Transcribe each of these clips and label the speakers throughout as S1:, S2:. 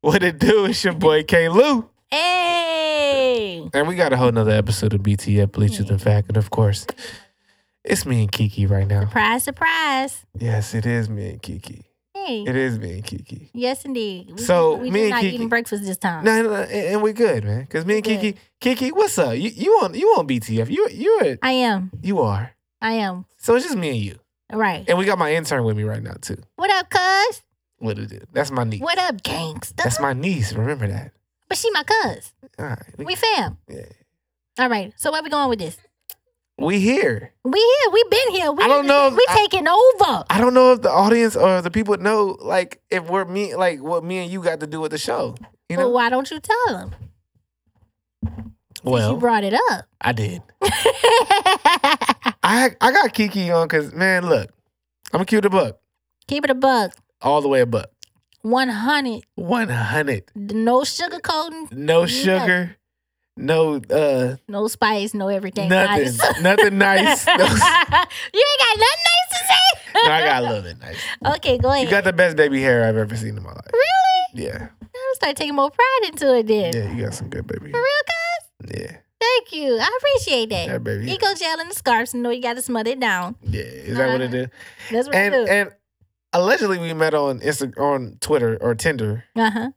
S1: What it do? It's your boy K Lou.
S2: Hey.
S1: And we got a whole nother episode of BTF Bleachers and Fact. And of course, it's me and Kiki right now.
S2: Surprise, surprise.
S1: Yes, it is me and Kiki.
S2: Hey.
S1: It is me and Kiki.
S2: Yes, indeed. We,
S1: So, me
S2: we just
S1: and
S2: not
S1: Kiki-
S2: eating breakfast this time.
S1: No, no, no, and and we good, man. Cause me and
S2: We good.
S1: Kiki, Kiki, what's up? You you on you on BTF? You you
S2: I am.
S1: you are.
S2: I am.
S1: So it's just me and you,
S2: All right.
S1: and we got my intern with me right now too.
S2: What up, cuz?
S1: What it is? That's my niece.
S2: What up, gangsta?
S1: That's my niece. Remember that.
S2: but she my cuz.
S1: All right, we,
S2: We fam.
S1: yeah.
S2: All right. So where we going with this?
S1: we here.
S2: We here. We been here. We
S1: I don't know if-
S2: We
S1: I-
S2: taking over.
S1: I don't know if the audience or the people know like if we're me like what me and you got to do with the show. You
S2: well,
S1: know.
S2: why don't you tell them? you
S1: Well,
S2: brought it up.
S1: I did. I I got Kiki on because man, look, I'm gonna cute a buck,
S2: Keep it a buck.
S1: all the way a buck,
S2: 100.
S1: one hundred.
S2: No sugar coating,
S1: no
S2: Yeah.
S1: sugar, no uh
S2: no spice, no everything.
S1: nothing,
S2: Nice.
S1: nothing nice.
S2: you ain't
S1: No,
S2: got nothing nice to say.
S1: no, I got a little bit nice.
S2: Okay, go ahead.
S1: You got the best baby hair I've ever seen in my life.
S2: really?
S1: Yeah,
S2: I'll start taking more pride into it then.
S1: yeah, you got some good baby.
S2: For
S1: Hair.
S2: real, guys?
S1: Yeah,
S2: Thank you. I appreciate that.
S1: that baby. hair.
S2: Eco gel and the scarves, and know you got to smother it down.
S1: Yeah, is that what it is?
S2: That's what
S1: And
S2: I do.
S1: and allegedly we met on Insta on Twitter or Tinder.
S2: uh huh.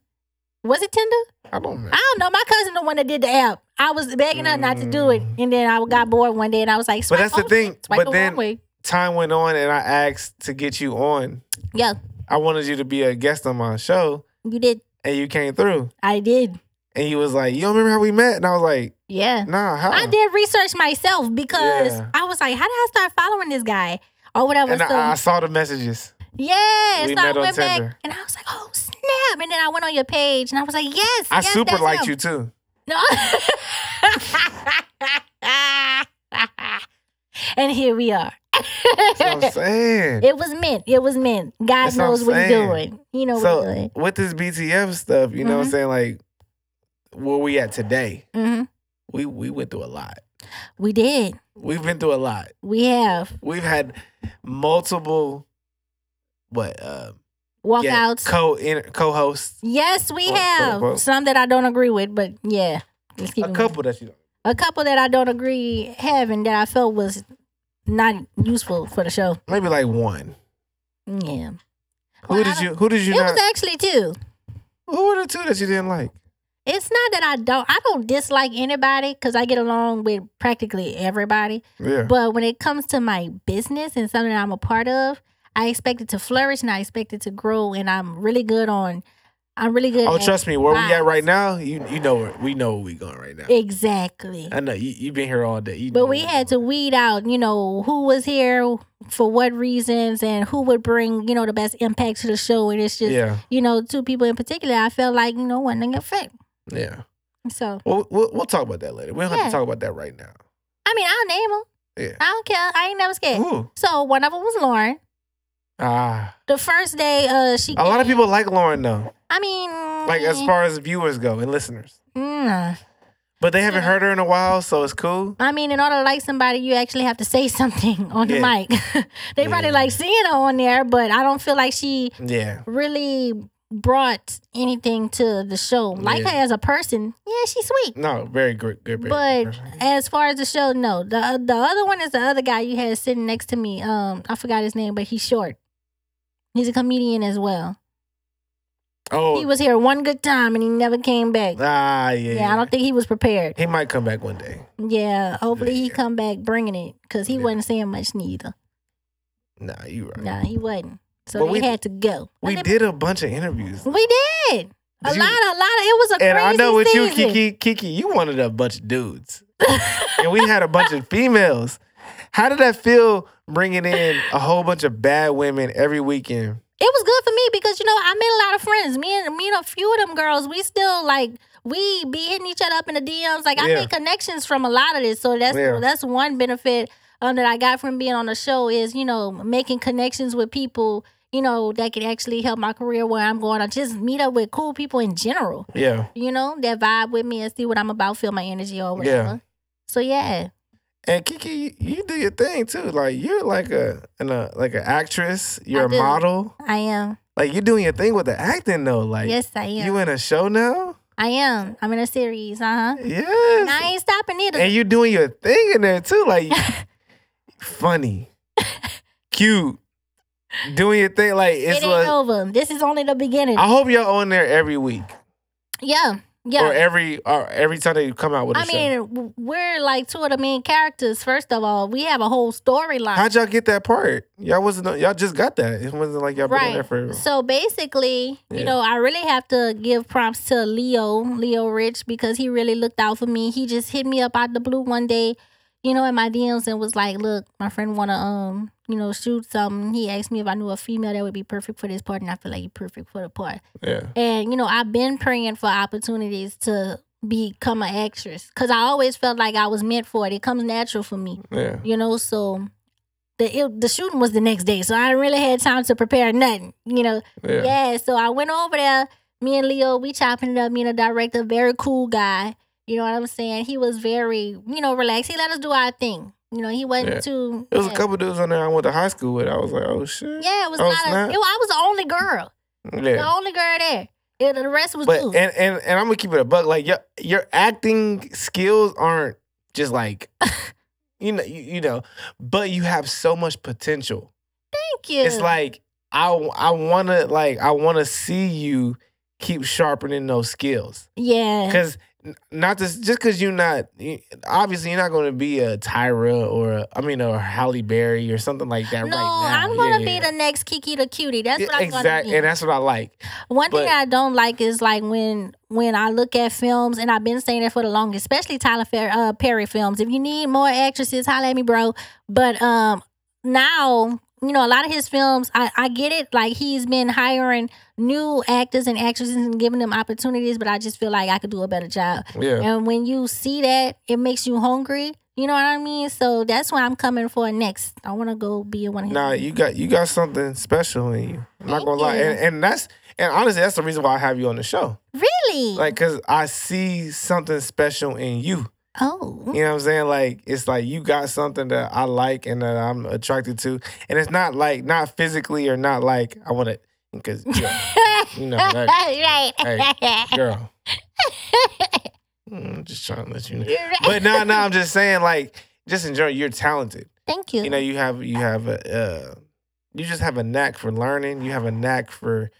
S2: Was it Tinder?
S1: I don't know.
S2: I don't know. My cousin, the one that did the app. I was begging her not to do it,
S1: Mm.
S2: and then I got bored one day, and I was like,
S1: But
S2: "Swipe
S1: that's the
S2: over.
S1: thing. But
S2: Swipe the wrong
S1: then
S2: way."
S1: time went on, and I asked to get you on.
S2: Yeah,
S1: I wanted you to be a guest on my show,
S2: you did.
S1: and you came through.
S2: I did.
S1: And you was like, "You don't remember how we met?" And I was like,
S2: Yeah.
S1: Nah, how?
S2: I did research myself because
S1: Oh. Yeah.
S2: I was like, how did I start following this guy? Or whatever.
S1: And
S2: so,
S1: I, I saw the messages.
S2: yeah.
S1: we
S2: So I
S1: met on
S2: went back
S1: Tinder.
S2: and I was like, oh, snap. And then I went on your page and I was like, yes.
S1: I
S2: yes,
S1: super
S2: that's
S1: liked
S2: him.
S1: you too.
S2: No. and here we are.
S1: That's what I'm saying.
S2: it was meant. It was meant. God
S1: That's what I'm
S2: knows what he's
S1: saying.
S2: doing. You know what he's
S1: so
S2: doing.
S1: with this BTF stuff, you know
S2: Mm-hmm.
S1: what I'm saying? Like where we at today,
S2: hmm
S1: we we went through a lot.
S2: We did.
S1: We've been through a lot.
S2: We have
S1: We've had multiple what uh
S2: walkouts.
S1: yeah, co in, co-hosts,
S2: Yes, we
S1: Quote,
S2: have
S1: quote, quote.
S2: some that I don't agree with, but yeah, let's keep
S1: a
S2: it
S1: couple that you
S2: moving. A couple that I don't agree having that I felt was not useful for the show.
S1: maybe like one.
S2: Yeah,
S1: Who
S2: Well, I
S1: did
S2: don't-
S1: you who did you
S2: it
S1: Oh, not
S2: was actually two.
S1: who were the two that you didn't like?
S2: It's not that I don't I don't dislike anybody because I get along with practically everybody.
S1: Yeah.
S2: But when it comes to my business and something that I'm a part of, I expect it to flourish and I expect it to grow. And I'm really good on. I'm really good.
S1: oh
S2: at-
S1: trust me, where we at
S2: vibes.
S1: right now, you you know where we know where we going right now.
S2: Exactly.
S1: I know you, you've been here all day. You know
S2: But we
S1: where
S2: had to weed out, you know, who was here for what reasons and who would bring, you know, the best impact to the show. And it's just,
S1: yeah,
S2: you know, two people in particular I felt like, you know, wasn't an effect.
S1: yeah.
S2: So,
S1: Well, we'll we'll talk about that later. We don't have
S2: Yeah.
S1: to talk about that right now.
S2: I mean, I'll name them.
S1: Yeah.
S2: I don't care. I ain't never scared.
S1: Ooh.
S2: So, one of them was Lauren.
S1: Ah,
S2: The first day, uh, she.
S1: a lot of
S2: came-
S1: people like Lauren though,
S2: I mean,
S1: like as far as viewers go and listeners,
S2: mm,
S1: but they haven't
S2: Yeah.
S1: heard her in a while, so it's cool.
S2: I mean, in order to like somebody, you actually have to say something on the
S1: Yeah.
S2: mic. they probably
S1: Yeah.
S2: like seeing her on there, but I don't feel like she
S1: Yeah,
S2: really brought anything to the show. Like
S1: Yeah.
S2: her as a person, yeah, she's sweet.
S1: no, very good, good, very good
S2: But
S1: person.
S2: as far as the show, no. the uh, The other one is the other guy you had sitting next to me. Um, I forgot his name, but he's short. He's a comedian as well.
S1: oh,
S2: He was here one good time and he never came back.
S1: ah, yeah,
S2: Yeah, I don't think he was prepared.
S1: he might come back one day.
S2: Yeah, hopefully he
S1: Yeah.
S2: come back bringing it because he
S1: Yeah.
S2: wasn't saying much neither.
S1: Nah, you right.
S2: Nah, he wasn't. So
S1: But
S2: they
S1: we-
S2: had to go. But
S1: We
S2: they-
S1: did a bunch of interviews,
S2: We did. A
S1: Did you-
S2: lot, a lot. Of, it was a
S1: and
S2: crazy
S1: I know with you,
S2: season.
S1: Kiki, Kiki, you wanted a bunch of dudes, and we had a bunch of females. How did that feel bringing in a whole bunch of bad women every weekend?
S2: it was good for me because you know I made a lot of friends. Me and me and a few of them girls, we still like we be hitting each other up in the DMs. Like I
S1: Yeah.
S2: made connections from a lot of this, so that's
S1: Yeah.
S2: that's one benefit um, that I got from being on the show is you know making connections with people. You know that can actually help my career where I'm going. I just meet up with cool people in general.
S1: Yeah.
S2: You know that vibe with me and see what I'm about, feel my energy or whatever.
S1: Yeah.
S2: So yeah,
S1: And Kiki, you, you do your thing too. Like you're like a an, a like an actress. You're
S2: I
S1: a
S2: do.
S1: model.
S2: I am.
S1: Like you're doing your thing with the acting though. Like
S2: yes, I am.
S1: you in a show now?
S2: I am. I'm in a series. Uh huh.
S1: Yes.
S2: And I ain't stopping either.
S1: And you doing your thing in there too. Like funny. cute. Doing your thing. Like
S2: it
S1: it's
S2: ain't
S1: like
S2: over. This is only the beginning.
S1: I hope y'all on there every week.
S2: yeah.
S1: Or
S2: Yeah.
S1: every or every time they come out with a
S2: I
S1: show.
S2: mean, w- we're like two of the main characters. First of all, we have a whole storyline.
S1: How'd y'all get that part? Y'all wasn't y'all just got that. It wasn't like y'all been on there for
S2: So basically,
S1: Yeah.
S2: you know, I really have to give prompts to Leo, Leo Rich, because he really looked out for me. He just hit me up out the blue one day, you know, in my DMs and was like, "Look, my friend wanna um, you know, shoot something." He asked me if I knew a female that would be perfect for this part, and I feel like you're perfect for the part.
S1: yeah.
S2: And you know, I've been praying for opportunities to become an actress because I always felt like I was meant for it. It comes natural for me
S1: Yeah.
S2: you know so the it, the shooting was the next day so i really had time to prepare nothing you know
S1: Yeah.
S2: yeah. so i went over there me and leo we chopping it up me and the director very cool guy you know what i'm saying he was very you know relaxed he let us do our thing you know he wasn't
S1: Yeah.
S2: too
S1: There was
S2: yeah.
S1: a couple dudes on there I went to high school with. I was like, oh shit.
S2: yeah it was
S1: Oh,
S2: not
S1: snap.
S2: a, it, wa- i was the only girl
S1: Yeah.
S2: the only girl there Yeah, the rest was
S1: But
S2: two.
S1: and, and and I'm gonna keep it a buck. Like your your acting skills aren't just like you know you, you know, but you have so much potential.
S2: Thank you.
S1: It's like I I wanna like I wanna see you keep sharpening those skills.
S2: yeah,
S1: Because not this, just because you're not, you- obviously you're not going to be a Tyra or a, I mean a Halle Berry or something like that right
S2: no,
S1: now.
S2: I'm gonna
S1: Yeah,
S2: be
S1: yeah.
S2: the next Kiki the cutie. That's
S1: Yeah,
S2: what I'm gonna be.
S1: exact- and that's what I like.
S2: One
S1: But-
S2: thing I don't like is like when when I look at films, and I've been saying that for the longest, especially Tyler Fer- uh, Perry films. If you need more actresses, holla at me, bro. But um, now you know a lot of his films. I I get it. Like he's been hiring new actors and actresses and giving them opportunities, but I just feel like I could do a better job.
S1: Yeah,
S2: And when you see that, it makes you hungry. You know what I mean? So that's what I'm coming for next. I want to go be one of his.
S1: nah, you got you got something special in you. I'm not
S2: Thank
S1: gonna lie,
S2: you.
S1: and, and that's and honestly, that's the reason why I have you on the show.
S2: really?
S1: Like, cause I see something special in you.
S2: oh,
S1: You know what I'm saying? Like, it's like you got something that I like and that I'm attracted to, and it's not like not physically or not like I want to, because you know, you know that,
S2: right.
S1: girl. Mm, I'm just trying to let you know.
S2: You're right.
S1: But no, no, I'm just saying, like, just enjoy. You're talented.
S2: Thank you.
S1: You know, you have you have a uh, you just have a knack for learning. You have a knack for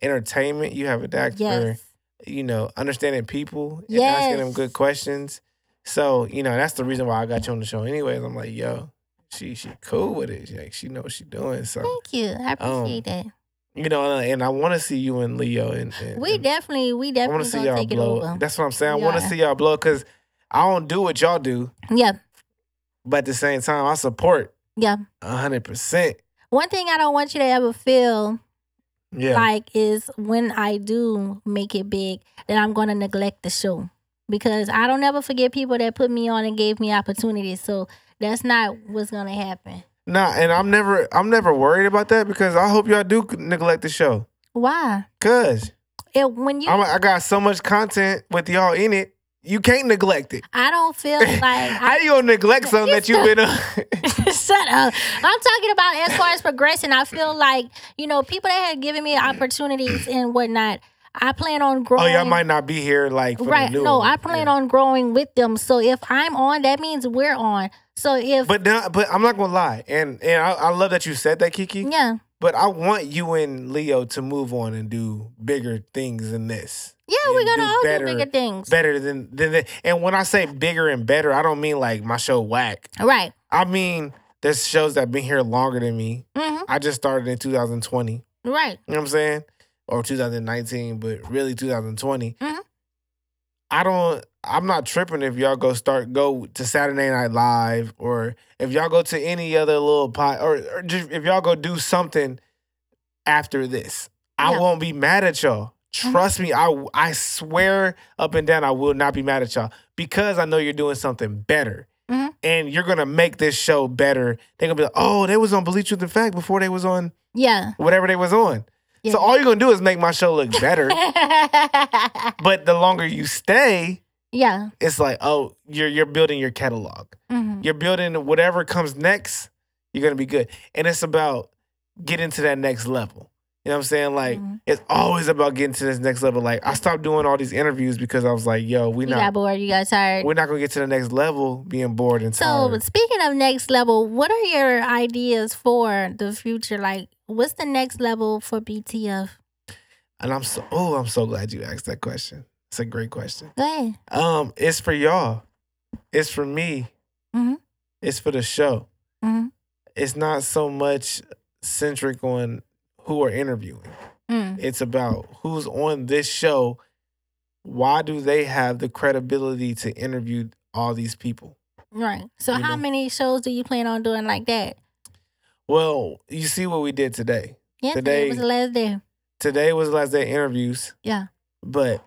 S1: entertainment. You have a knack
S2: yes.
S1: for you know understanding people and asking
S2: Yes.
S1: them good questions. So you know that's the reason why I got you on the show. Anyways, I'm like, yo, she she cool with it. She, like she know what she doing. So
S2: Thank you. I
S1: Um,
S2: appreciate
S1: you know, and, I want to see you and Leo and,
S2: that.
S1: and
S2: Hmm. We
S1: and-
S2: definitely, we
S1: I want
S2: definitely
S1: to see
S2: gonna
S1: y'all
S2: take it
S1: blow.
S2: over.
S1: That's what I'm saying. I want to
S2: Yeah.
S1: see y'all blow because I don't do what y'all do,
S2: Yeah,
S1: but at the same time, I support
S2: yeah.
S1: hundred percent.
S2: One thing I don't want you to ever feel
S1: Yeah,
S2: like is when I do make it big, that I'm gonna neglect the show because I don't ever forget people that put me on and gave me opportunities. So that's not what's gonna happen.
S1: nah, and I'm never, I'm never worried about that because I hope y'all do neglect the show.
S2: Why?
S1: Cause
S2: It, when you,
S1: I'm, I got so much content with y'all in it, you can't neglect it.
S2: I don't feel like I
S1: How you gonna neglect something that you've been on?
S2: Shut up. I'm talking about as far as progressing. I feel like, you know, people that have given me opportunities and whatnot, I plan on
S1: oh,
S2: growing.
S1: y'all might not be here like for
S2: Right.
S1: The new
S2: No,
S1: one.
S2: I plan on growing with them. So if I'm on, that means we're on. So if,
S1: But now, but I'm not gonna lie, and and I, I love that you said that, Kiki.
S2: yeah,
S1: But I want you and Leo to move on and do bigger things than this.
S2: yeah,
S1: You
S2: we're going
S1: do
S2: to all
S1: better-
S2: do bigger things.
S1: Better than than the, and when I say bigger and better, I don't mean like my show whack.
S2: right.
S1: I mean there's shows that have been here longer than me.
S2: Mm-hmm.
S1: I just started in 2020. You know
S2: Right.
S1: what I'm saying? Or 2019, but really 2020.
S2: Mhm.
S1: I don't. I'm not tripping if y'all go start go to Saturday Night Live or if y'all go to any other little pot or, or just if y'all go do something after this. I
S2: Yeah.
S1: won't be mad at y'all. Trust me, I I swear up and down I will not be mad at y'all because I know you're doing something better.
S2: Mhm.
S1: And you're gonna make this show better. They're gonna be like, oh, they was on Believe Truth and Fact before they was on
S2: Yeah.
S1: whatever they was on.
S2: yeah.
S1: So all you're gonna do is make my show look better. but the longer you stay,
S2: yeah.
S1: it's like oh you're you're building your catalog
S2: hmm
S1: you're building whatever comes next you're gonna be good and it's about getting to that next level You know what I'm saying? Like
S2: Mhm.
S1: it's always about getting to this next level. Like I stopped doing all these interviews because I was like, yo, we
S2: You
S1: not
S2: got bored. You got tired.
S1: we're not gonna get to the next level being bored and
S2: So
S1: tired.
S2: speaking of next level, what are your ideas for the future? Like, what's the next level for BTF?
S1: And I'm so oh, I'm so glad you asked that question. It's a great question.
S2: Go ahead.
S1: Um, it's for y'all. It's for me.
S2: Mhm.
S1: It's for the show. Mm-hmm.
S2: Mhm.
S1: It's not so much centric on who are interviewing.
S2: Mm.
S1: It's about who's on this show. Why do they have the credibility to interview all these people?
S2: Right. So
S1: You
S2: how
S1: know.
S2: many shows do you plan on doing like that?
S1: Well, you see what we did today.
S2: Yeah,
S1: Today-
S2: it was the last day.
S1: Today was the last day of interviews.
S2: Yeah.
S1: But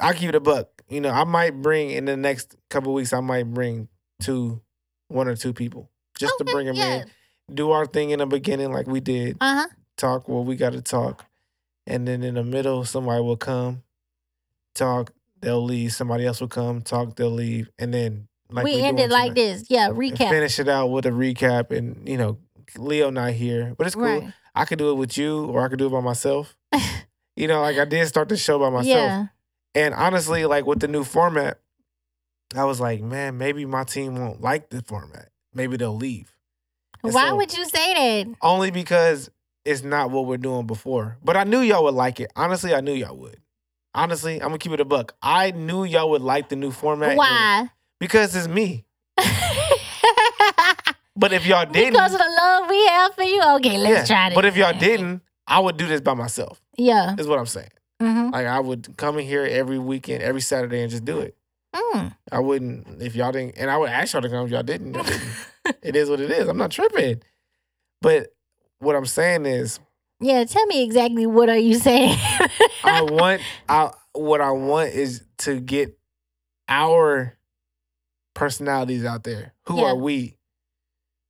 S1: I keep it a buck. You know, I might bring in the next couple weeks. I might bring two, one or two people, just to
S2: Okay,
S1: bring them
S2: yeah.
S1: in, do our thing in the beginning like we did,
S2: Uh huh.
S1: talk what we got to talk, and then in the middle somebody will come, talk, they'll leave. Somebody else will come, talk, they'll leave, and then like
S2: we
S1: we
S2: ended
S1: doing tonight.
S2: like this. Yeah.
S1: And
S2: Recap.
S1: Finish it out with a recap, and you know, Leo not here, but it's cool.
S2: Right.
S1: I could do it with you, or I could do it by myself. you know, like I did start the show by myself.
S2: Yeah.
S1: And honestly, like with the new format, I was like, man, maybe my team won't like the format. Maybe they'll leave. And
S2: Why
S1: so-
S2: would you say that?
S1: Only because it's not what we're doing before. But I knew y'all would like it. Honestly, I knew y'all would. Honestly, I'm gonna keep it a buck. I knew y'all would like the new format.
S2: Why?
S1: Because it's me.
S2: because
S1: But if y'all didn't,
S2: of the love we have for you. Okay, let's
S1: yeah.
S2: try this.
S1: But if y'all didn't, I would do this by myself.
S2: Yeah.
S1: Is what I'm saying.
S2: Mm-hmm.
S1: Like I would come in here every weekend, every Saturday, and just do it.
S2: Mm.
S1: I wouldn't if y'all didn't, and I would ask y'all to come if y'all didn't. Y'all didn't. it is what it is. I'm not tripping. But what I'm saying is,
S2: Yeah, tell me exactly what are you saying.
S1: I want, I what I want is to get our personalities out there. Who
S2: Yeah.
S1: are we?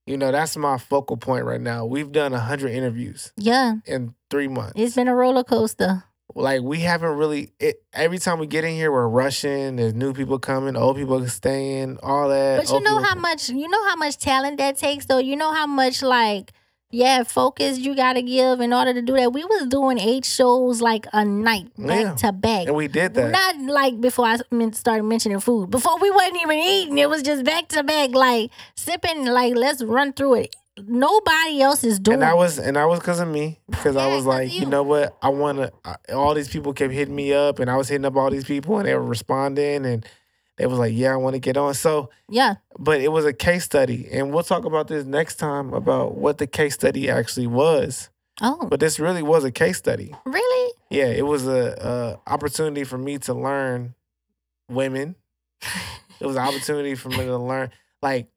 S1: You know, that's my focal point right now. We've done hundred interviews
S2: yeah,
S1: in three months.
S2: it's been a roller coaster.
S1: like we haven't really. It, every time we get in here, we're rushing. There's new people coming, old people staying, all that.
S2: But you
S1: old
S2: know
S1: people
S2: how
S1: com-
S2: much you know how much talent that takes though. You know how much like yeah, focus you got to give in order to do that. We was doing eight shows like a night back
S1: Yeah.
S2: to back.
S1: and we did that.
S2: Not like before I men- started mentioning food. Before we wasn't even eating. It was just back to back like sipping like let's run through it. Nobody else is doing.
S1: And I
S2: it.
S1: was, and I was because of me, because I
S2: Yeah,
S1: was
S2: 'cause
S1: like,
S2: of
S1: you.
S2: you.
S1: know what, I want to. All these people kept hitting me up, and I was hitting up all these people, and they were responding, and they was like, yeah, I want to get on. So,
S2: yeah.
S1: but it was a case study, and we'll talk about this next time about what the case study actually was.
S2: Oh,
S1: But this really was a case study.
S2: really?
S1: Yeah, it was a, a opportunity for me to learn women. it was an opportunity for me to learn. Like,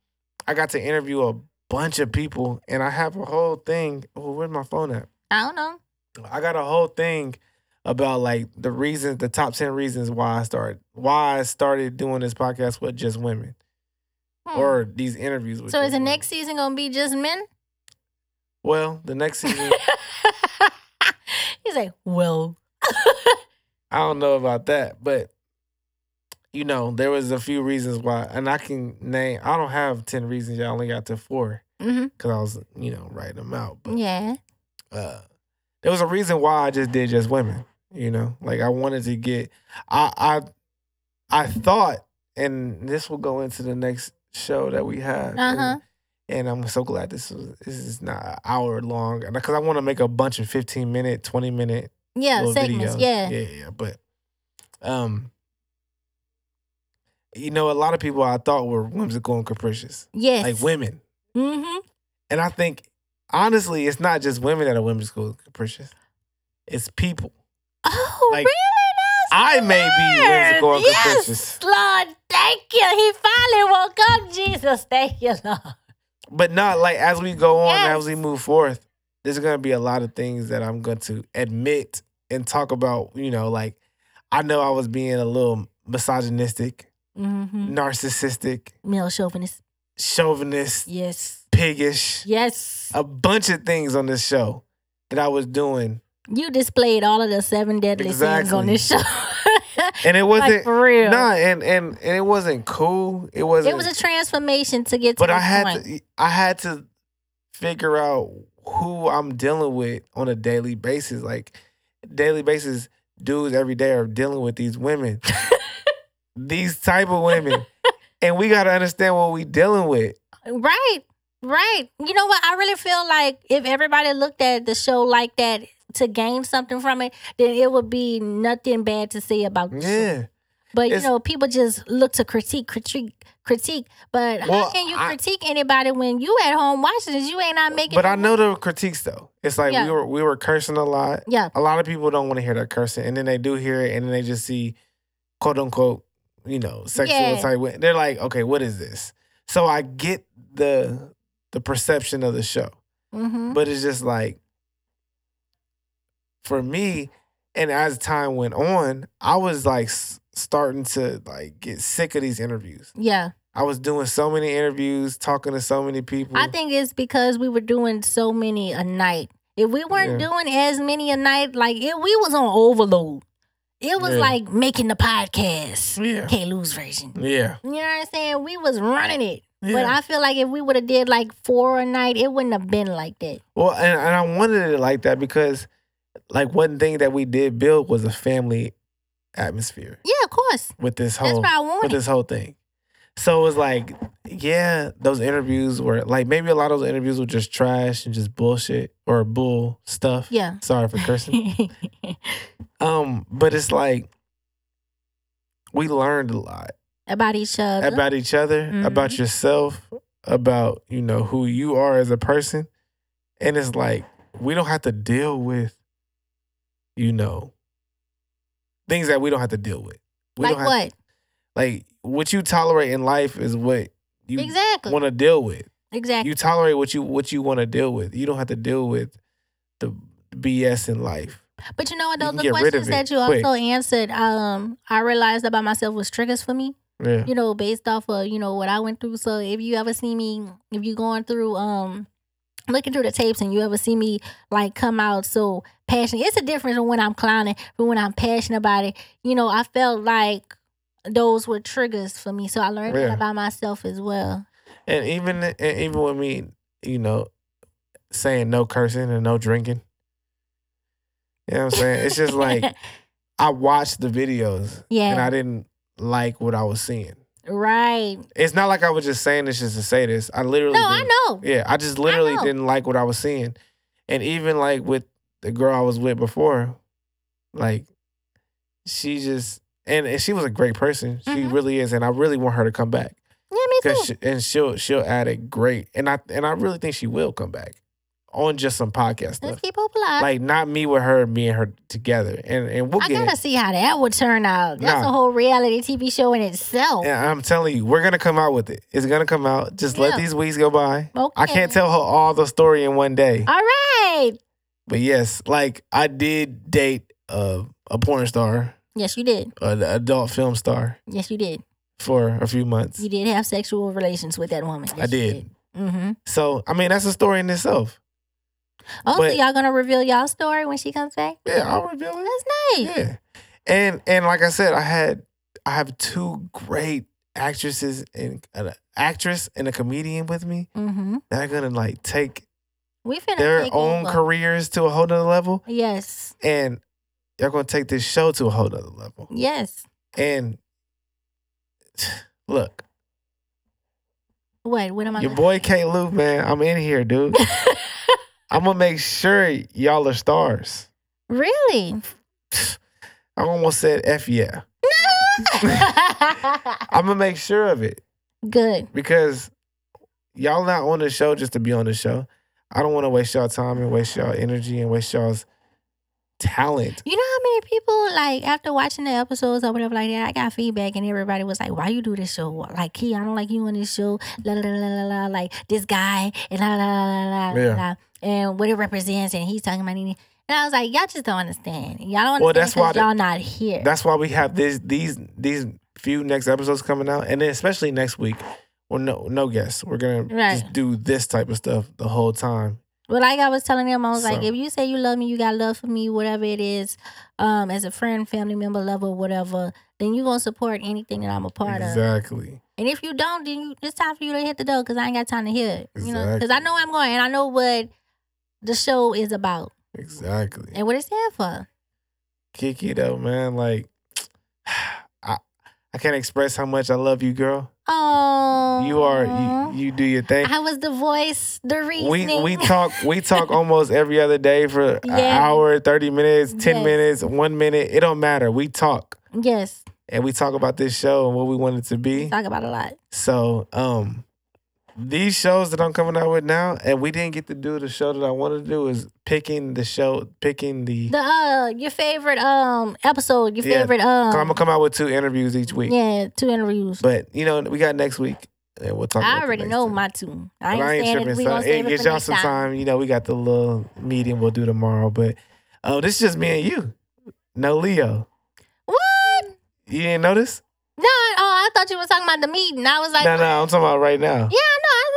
S1: I got to interview a bunch of people, and I have a whole thing. Oh, where's my phone at?
S2: I don't know.
S1: I got a whole thing about like the reasons, the top ten reasons why I started why I started doing this podcast with just women
S2: Hmm.
S1: or these interviews with.
S2: So is
S1: just
S2: the
S1: women.
S2: next season gonna be just men?
S1: Well, the next season,
S2: He's like, well,
S1: I don't know about that, but you know, there was a few reasons why, and I can name. I don't have ten reasons. Y'all only got to four
S2: hmm
S1: because I was, you know, writing them out. But
S2: yeah,
S1: uh there was a reason why I just did just women, you know. Like I wanted to get I I I thought and this will go into the next show that we have.
S2: uh huh,
S1: And, and I'm so glad this was this is not an hour long because I want to make a bunch of 15 minute, 20 minute
S2: yeah,
S1: little
S2: segments,
S1: videos.
S2: yeah.
S1: Yeah, yeah, but um you know a lot of people I thought were whimsical and capricious.
S2: yes,
S1: Like women.
S2: hmm
S1: And I think honestly, it's not just women that are whimsical and capricious. It's people.
S2: Oh,
S1: Like,
S2: really? That's
S1: I may be
S2: weird.
S1: whimsical and
S2: yes,
S1: capricious.
S2: Lord, thank you. He finally woke up, Jesus. Thank you, Lord.
S1: But not like as we go on,
S2: Yes.
S1: as we move forth, there's gonna be a lot of things that I'm going to admit and talk about, you know, like I know I was being a little misogynistic,
S2: Mm-hmm.
S1: narcissistic,
S2: Male chauvinist.
S1: chauvinist,
S2: Yes,
S1: piggish,
S2: yes.
S1: a bunch of things on this show that I was doing.
S2: you displayed all of the seven deadly sins on
S1: Exactly.
S2: this show.
S1: And it
S2: like
S1: wasn't
S2: for real.
S1: nah, and, and and it wasn't cool. It wasn't
S2: it was a transformation to get to
S1: but
S2: this
S1: I had
S2: point.
S1: to I had to figure out who I'm dealing with on a daily basis. Like daily basis, dudes every day are dealing with these women, these type of women, and we gotta understand what we dealing with.
S2: Right. Right. You know what? I really feel like if everybody looked at the show like that to gain something from it, then it would be nothing bad to say about the show.
S1: Yeah.
S2: But you
S1: It's-
S2: know, people just look to critique, critique, critique. But
S1: Well,
S2: how can you
S1: I-
S2: critique anybody when you at home watching this? You ain't not making.
S1: But I know the critiques though. It's like
S2: Yeah.
S1: we were we were cursing a lot.
S2: Yeah.
S1: A lot of people don't want to hear that cursing, and then they do hear it, and then they just see quote unquote, you know, sexual
S2: Yeah.
S1: type. wo- They're like, okay, what is this? So I get the the perception of the show,
S2: hmm
S1: but it's just like for me, and as time went on, I was like s- starting to like get sick of these interviews.
S2: Yeah,
S1: I was doing so many interviews, talking to so many people.
S2: I think it's because we were doing so many a night. If we weren't
S1: Yeah.
S2: doing as many a night, like it, we was on overload. It was
S1: Yeah.
S2: like making the podcast,
S1: yeah,
S2: K Lose version.
S1: yeah,
S2: You know what I'm saying? We was running it,
S1: yeah.
S2: but I feel like if we would have did like four a night, it wouldn't have been like that.
S1: Well, and, and I wanted it like that because, like, one thing that we did build was a family atmosphere
S2: Yeah, of course.
S1: with this
S2: That's
S1: whole
S2: what I
S1: with
S2: wanted.
S1: this whole thing. So it was like, yeah, those interviews were like maybe a lot of those interviews were just trash and just bullshit or bull stuff.
S2: Yeah.
S1: Sorry for cursing. um, but it's like we learned a lot
S2: about each other. Mm-hmm.
S1: about each other, about yourself, about you know who you are as a person, and it's like we don't have to deal with, you know, things that we don't have to deal with. We
S2: like
S1: don't have,
S2: what?
S1: Like what you tolerate in life is what you
S2: exactly.
S1: want to deal with.
S2: exactly.
S1: You tolerate what you what you want to deal with. You don't have to deal with the BS in life.
S2: but you know what?
S1: you
S2: Those
S1: can
S2: the
S1: get rid of
S2: questions
S1: it
S2: that you
S1: quick.
S2: also answered, um, I realized about myself was triggers for me.
S1: Yeah,
S2: You know, based off of you know what I went through. So if you ever see me, if you going through, um, looking through the tapes, and you ever see me like come out so passionate, it's a difference from when I'm clowning from when I'm passionate about it. You know, I felt like those were triggers for me, so I learned that
S1: Yeah.
S2: about myself as well.
S1: and even and even with me, you know, saying no cursing and no drinking. You know what I'm saying? It's just like I watched the videos
S2: yeah,
S1: and I didn't like what I was seeing.
S2: right.
S1: It's not like I was just saying this just to say this. I literally
S2: no, I
S1: didn't-
S2: know.
S1: Yeah, I just literally
S2: know.
S1: didn't like what I was seeing. And even like with the girl I was with before, like she just and, and she was a great person. She
S2: Mhm.
S1: really is and I really want her to come back.
S2: Yeah, me
S1: Cause
S2: too.
S1: she, and she'll she'll add it great. And I and I really think she will come back on just some podcast
S2: Let's
S1: stuff.
S2: keep hope alive.
S1: Like not me with her, me and her together. And and we'll
S2: I
S1: get it.
S2: gotta see how that would turn out. That's
S1: Nah.
S2: a whole reality TV show in itself.
S1: And I'm telling you, we're gonna come out with it. It's gonna come out. Just let
S2: Yeah.
S1: these weeks go by.
S2: Okay.
S1: I can't tell her all the story in one day.
S2: All right.
S1: but yes, like I did date a, a porn star,
S2: Yes, you did.
S1: an adult film star
S2: Yes, you did.
S1: for a few months.
S2: You did have sexual relations with that woman.
S1: I did.
S2: Mm-hmm.
S1: So I mean, that's a story in itself.
S2: Oh,
S1: But-
S2: so y'all gonna reveal y'all story when she comes back?
S1: Yeah, I'll reveal it.
S2: That's nice.
S1: Yeah, and and like I said, I had I have two great actresses and an actress and a comedian with me
S2: Mm-hmm.
S1: that are gonna like take
S2: We finna
S1: their
S2: take
S1: own
S2: over.
S1: careers to a whole nother level.
S2: Yes.
S1: and they're gonna take this show to a whole nother level.
S2: Yes.
S1: And look,
S2: What? What am I?
S1: your
S2: gonna-
S1: boy K. Lou, man, I'm in here, dude. I'm gonna make sure y'all are stars.
S2: really?
S1: I almost said F yeah. I'm gonna make sure of it
S2: Good.
S1: because y'all not on the show just to be on the show. I don't want to waste y'all time and waste y'all energy and waste y'all's talent.
S2: You know how many people like after watching the episodes or whatever like that, I got feedback and everybody was like, "Why you do this show? Like, Key, I don't like you on this show. La la la la la. la, Like this guy and la la la la la, la
S1: Yeah.
S2: la. And what it represents, and he's talking about it. And I was like, y'all just don't understand. Y'all don't understand
S1: Well, that's
S2: 'cause
S1: why the-
S2: y'all not here.
S1: That's why we have this these these few next episodes coming out, and then especially next week, well, no no guests. We're gonna
S2: Right.
S1: just do this type of stuff the whole time.
S2: But like I was telling them, I was like,
S1: So-
S2: if you say you love me, you got love for me, whatever it is, um, as a friend, family member, lover, whatever, then you gonna support anything that I'm a part of.
S1: Exactly.
S2: And if you don't, then you, it's time for you to hit the door because I ain't got time to hear it. You know, because I
S1: Exactly.
S2: know I'm going and I know what the show is about
S1: Exactly.
S2: and what it's there for.
S1: Kiki though, man, like I I can't express how much I love you, girl.
S2: Oh,
S1: You are you, you do your thing.
S2: I was the voice, the
S1: We
S2: reasoning.
S1: we talk we talk almost every other day for an
S2: Yeah.
S1: hour, 30 minutes, 10
S2: Yes.
S1: minutes, 1 minute, it don't matter. We talk
S2: yes,
S1: and we talk about this show and what we want it to be.
S2: talk about a lot.
S1: So, um these shows that I'm coming out with now and we didn't get to do the show that I wanted to do is picking the show, picking the,
S2: The uh, your favorite um episode, your
S1: Yeah,
S2: favorite
S1: I'm
S2: um,
S1: going to come out with two interviews each week.
S2: yeah, two interviews.
S1: But you know, we got next week, and we'll talk. about
S2: I
S1: the
S2: already
S1: next
S2: know
S1: time.
S2: my two. I
S1: But
S2: ain't,
S1: I ain't
S2: saying it. We
S1: tripping.
S2: gonna
S1: So it
S2: save it,
S1: gives
S2: for
S1: y'all
S2: next
S1: some
S2: time.
S1: time. You know, we got the little meeting we'll do tomorrow. But oh, this is just me and you. No Leo.
S2: What?
S1: You didn't notice?
S2: No, oh, I thought you were talking about the meeting. I was like,
S1: no, no. I'm talking about right now.
S2: yeah, no, I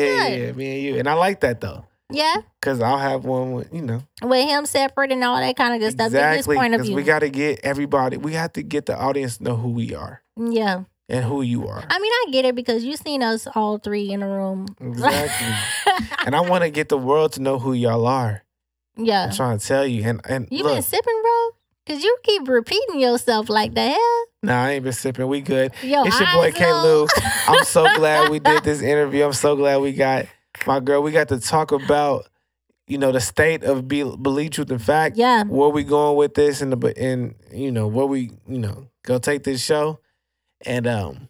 S1: Yeah, yeah,
S2: Yeah, yeah,
S1: yeah, me and you. And I like that though,
S2: yeah.
S1: cause I'll have one with you know
S2: with him separate and all that kind of good stuff. Get his
S1: exactly.
S2: point of view.
S1: we got to get everybody. We have to get the audience to know who we are
S2: yeah,
S1: and who you are.
S2: I mean, I get it because you seen us all three in a room.
S1: Exactly. and I want to get the world to know who y'all are.
S2: yeah,
S1: I'm trying to tell you. And and
S2: you
S1: look,
S2: been sipping, bro. Cause you keep repeating yourself like the hell.
S1: Nah, I ain't been sipping. We good.
S2: Yo,
S1: it's your boy
S2: eyes
S1: K.
S2: low.
S1: Lou. I'm so glad we did this interview. I'm so glad we got my girl. We got to talk about, you know, the state of be, believe, truth, and fact.
S2: yeah,
S1: Where we going with this, and the and you know where we you know go take this show, and um,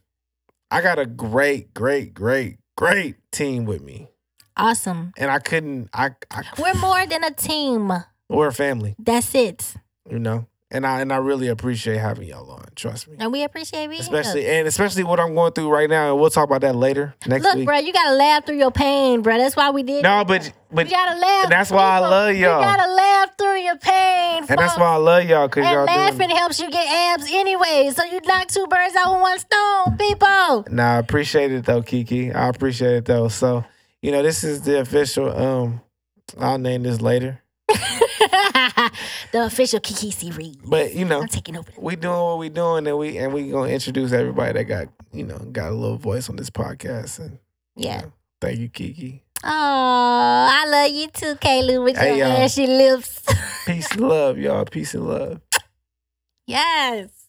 S1: I got a great, great, great, great team with me,
S2: awesome.
S1: and I couldn't. I, I
S2: We're more than a team.
S1: we're a family,
S2: That's it,
S1: you know, and I and I really appreciate having y'all on. Trust me.
S2: and we appreciate being here.
S1: Especially and especially what I'm going through right now, and we'll talk about that later next
S2: Look,
S1: week.
S2: bro, you gotta laugh through your pain, bro. That's why we did. it.
S1: No, but
S2: you
S1: but
S2: gotta laugh.
S1: that's why I
S2: people.
S1: love y'all.
S2: You gotta laugh through your pain.
S1: and that's
S2: folks.
S1: why I love y'all because
S2: And
S1: y'all
S2: laughing
S1: doing.
S2: helps you get abs anyway, so you knock two birds out with one stone, people.
S1: Nah, I appreciate it though, Kiki. I appreciate it though. So you know, this is the official. Um, I'll name this later.
S2: the official Kiki series.
S1: But you know,
S2: I'm taking over.
S1: we doing what we doing, and we and we gonna introduce everybody that got you know got a little voice on this podcast. And
S2: Yeah.
S1: thank you, Kiki.
S2: Oh, I love you too, Kayla, with
S1: Hey,
S2: your
S1: y'all.
S2: ashy lips.
S1: Peace, and love, y'all. Peace and love.
S2: yes.